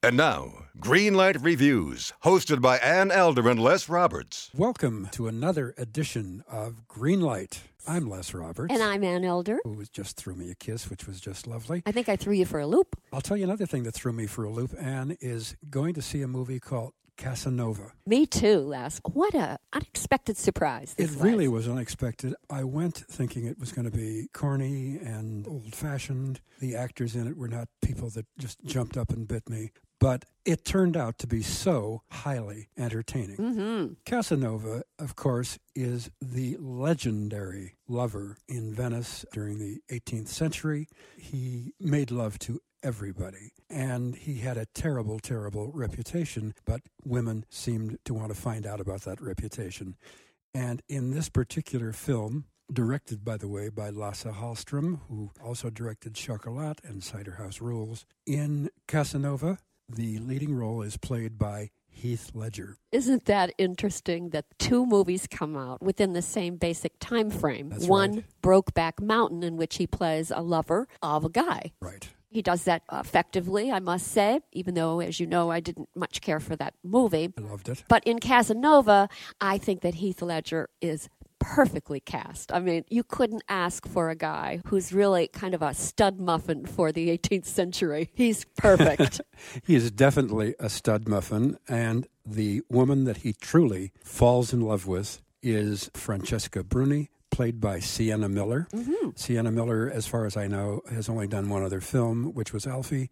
And now, Greenlight Reviews, hosted by Ann Elder and Les Roberts. Welcome to another edition of Greenlight. I'm Les Roberts, And I'm Ann Elder. who was- just threw me a kiss, which was just lovely. I think I threw you for a loop. I'll tell you another thing that threw me for a loop, Anne, is going to see a movie called Casanova. Me too, Les. What a unexpected surprise. It This really was. was unexpected. I went thinking it was going to be corny and old fashioned. The actors in it were not people that just jumped up and bit me. But it turned out to be so highly entertaining. Casanova, of course, is the legendary lover in Venice during the 18th century. He made love to everybody, and he had a terrible, terrible reputation, but women seemed to want to find out about that reputation. And in this particular film, directed, by the way, by Lasse Hallström, who also directed Chocolat and Cider House Rules, in Casanova, the leading role is played by Heath Ledger. Isn't that interesting that two movies come out within the same basic time frame? That's One, right. Brokeback Mountain, in which he plays a lover of a guy. Right. He does that effectively, I must say, even though, as you know, I didn't much care for that movie. I loved it. But in Casanova, I think that Heath Ledger is perfectly cast. I mean, you couldn't ask for a guy who's really kind of a stud muffin for the 18th century. He's perfect. He is definitely a stud muffin, and the woman that he truly falls in love with is Francesca Bruni, played by Sienna Miller. Sienna Miller, as far as I know, has only done one other film, which was Alfie.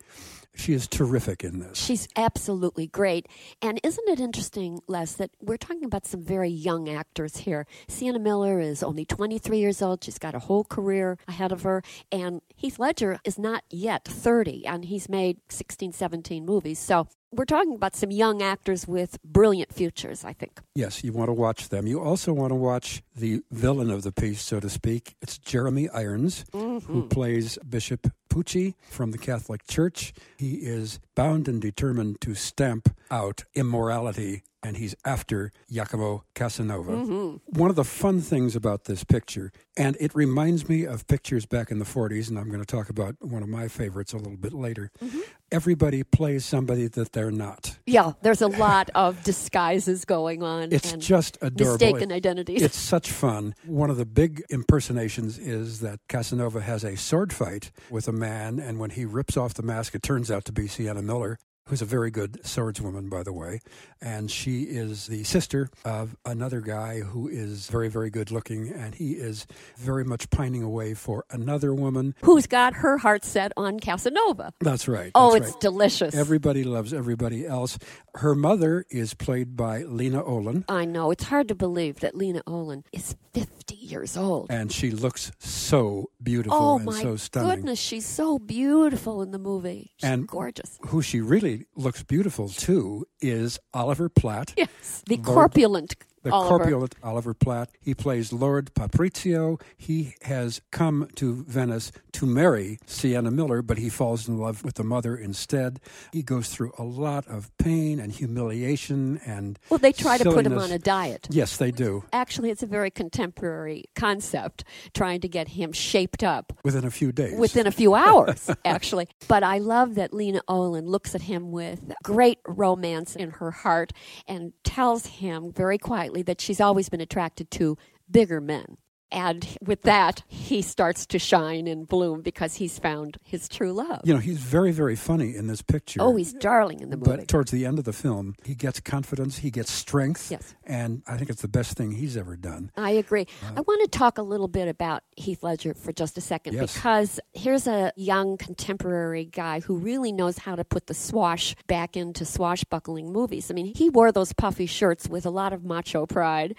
She is terrific in this. She's absolutely great. And isn't it interesting, Les, that we're talking about some very young actors here? Sienna Miller is only 23 years old. She's got a whole career ahead of her. And Heath Ledger is not yet 30, and he's made 16, 17 movies. So we're talking about some young actors with brilliant futures, I think. Yes, you want to watch them. You also want to watch the villain of the piece, so to speak. It's Jeremy Irons, Mm-hmm. who plays Bishop Pucci from the Catholic Church. He is bound and determined to stamp out immorality, and he's after Jacopo Casanova. Mm-hmm. One of the fun things about this picture, and it reminds me of pictures back in the 40s, and I'm going to talk about one of my favorites a little bit later. Mm-hmm. Everybody plays somebody that they're not. Yeah, there's a lot of disguises going on. It's and just adorable. Mistaken It- identities. It's such fun. One of the big impersonations is that Casanova has a sword fight with a man, and when he rips off the mask, it turns out to be Sienna Miller, who's a very good swordswoman, by the way. And she is the sister of another guy who is very, very good looking, and he is very much pining away for another woman. Who's got her heart set on Casanova? That's right. Oh, that's it's right. delicious. Everybody loves everybody else. Her mother is played by Lena Olin. I know. It's hard to believe that Lena Olin is 50 years old. and she looks so beautiful Oh, and my so stunning. goodness. She's so beautiful in the movie. She's And- gorgeous. Who she really looks beautiful to is Oliver Platt. Yes. The Lord- corpulent The Oliver. corpulent Oliver Platt. He plays Lord Paprizio. He has come to Venice to marry Sienna Miller, but he falls in love with the mother instead. He goes through a lot of pain and humiliation and. Well, they try to put him silliness. on a diet. Yes, they do. Actually, it's a very contemporary concept, trying to get him shaped up. Within a few days. within a few hours, actually. But I love that Lena Olin looks at him with great romance in her heart and tells him very quietly that she's always been attracted to bigger men. And with that, he starts to shine and bloom because he's found his true love. you know, he's very, very funny in this picture. Oh, he's darling in the movie. But towards the end of the film, he gets confidence, he gets strength, Yes. and I think it's the best thing he's ever done. I agree. I want to talk a little bit about Heath Ledger for just a second Yes. because here's a young contemporary guy who really knows how to put the swash back into swashbuckling movies. I mean, he wore those puffy shirts with a lot of macho pride.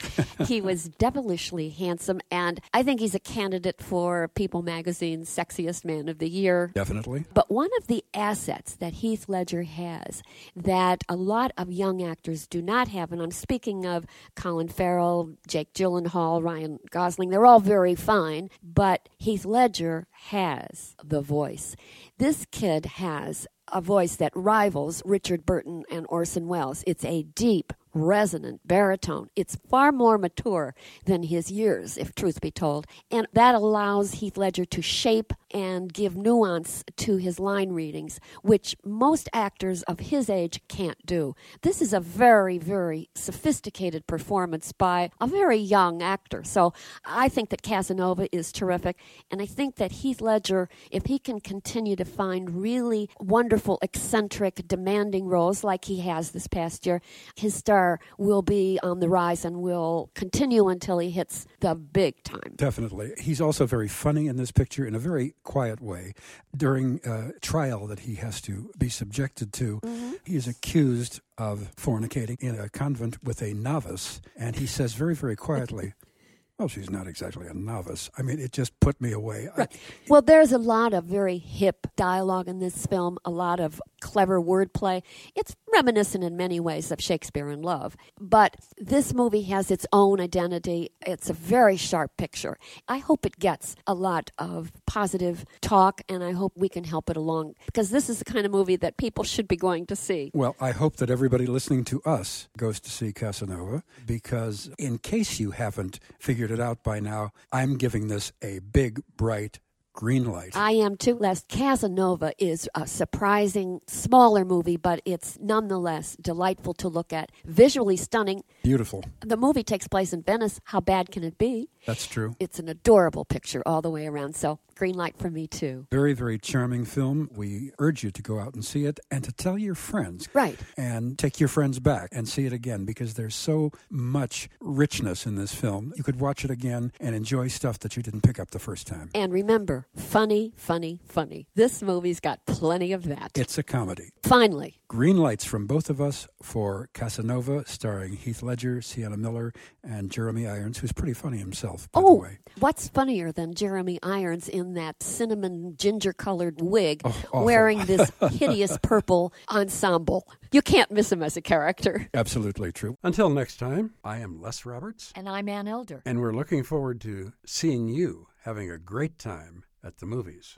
he was devilishly handsome, and I think he's a candidate for People magazine's Sexiest Man of the Year. Definitely. But one of the assets that Heath Ledger has that a lot of young actors do not have, and I'm speaking of Colin Farrell, Jake Gyllenhaal, Ryan Gosling, they're all very fine, but Heath Ledger has the voice. This kid has a voice that rivals Richard Burton and Orson Welles. It's a deep, resonant baritone. It's far more mature than his years, if truth be told. And that allows Heath Ledger to shape and give nuance to his line readings, which most actors of his age can't do. This is a very, very sophisticated performance by a very young actor. So I think that Casanova is terrific. And I think that Heath Ledger, if he can continue to find really wonderful, eccentric, demanding roles like he has this past year, his star will be on the rise and will continue until he hits the big time. Definitely. He's also very funny in this picture in a very quiet way. During a trial that he has to be subjected to, he is accused of fornicating in a convent with a novice, and he says very, very quietly, Well, she's not exactly a novice. I mean, it just put me away. I- Well, there's a lot of very hip dialogue in this film, a lot of clever wordplay. It's reminiscent in many ways of Shakespeare in Love, but this movie has its own identity. It's a very sharp picture. I hope it gets a lot of positive talk, and I hope we can help it along because this is the kind of movie that people should be going to see. Well, I hope that everybody listening to us goes to see Casanova because, in case you haven't figured it out by now, I'm giving this a big, bright green light. I am too. Last Casanova is a surprising, smaller movie, but it's nonetheless delightful to look at. Visually stunning. Beautiful. The movie takes place in Venice. How bad can it be? That's true. It's an adorable picture all the way around. So, green light for me, too. Very, very charming film. We urge you to go out and see it and to tell your friends. Right. And take your friends back and see it again because there's so much richness in this film. You could watch it again and enjoy stuff that you didn't pick up the first time. And remember, funny, funny, funny. This movie's got plenty of that. It's a comedy. Finally, Green lights from both of us for Casanova, starring Heath Ledger, Sienna Miller, and Jeremy Irons, who's pretty funny himself, by the oh, way. what's funnier than Jeremy Irons in that cinnamon ginger colored wig awful. wearing this hideous purple ensemble? You can't miss him as a character. Absolutely true. Until next time, I am Les Roberts, And I'm Ann Elder. and we're looking forward to seeing you having a great time at the movies.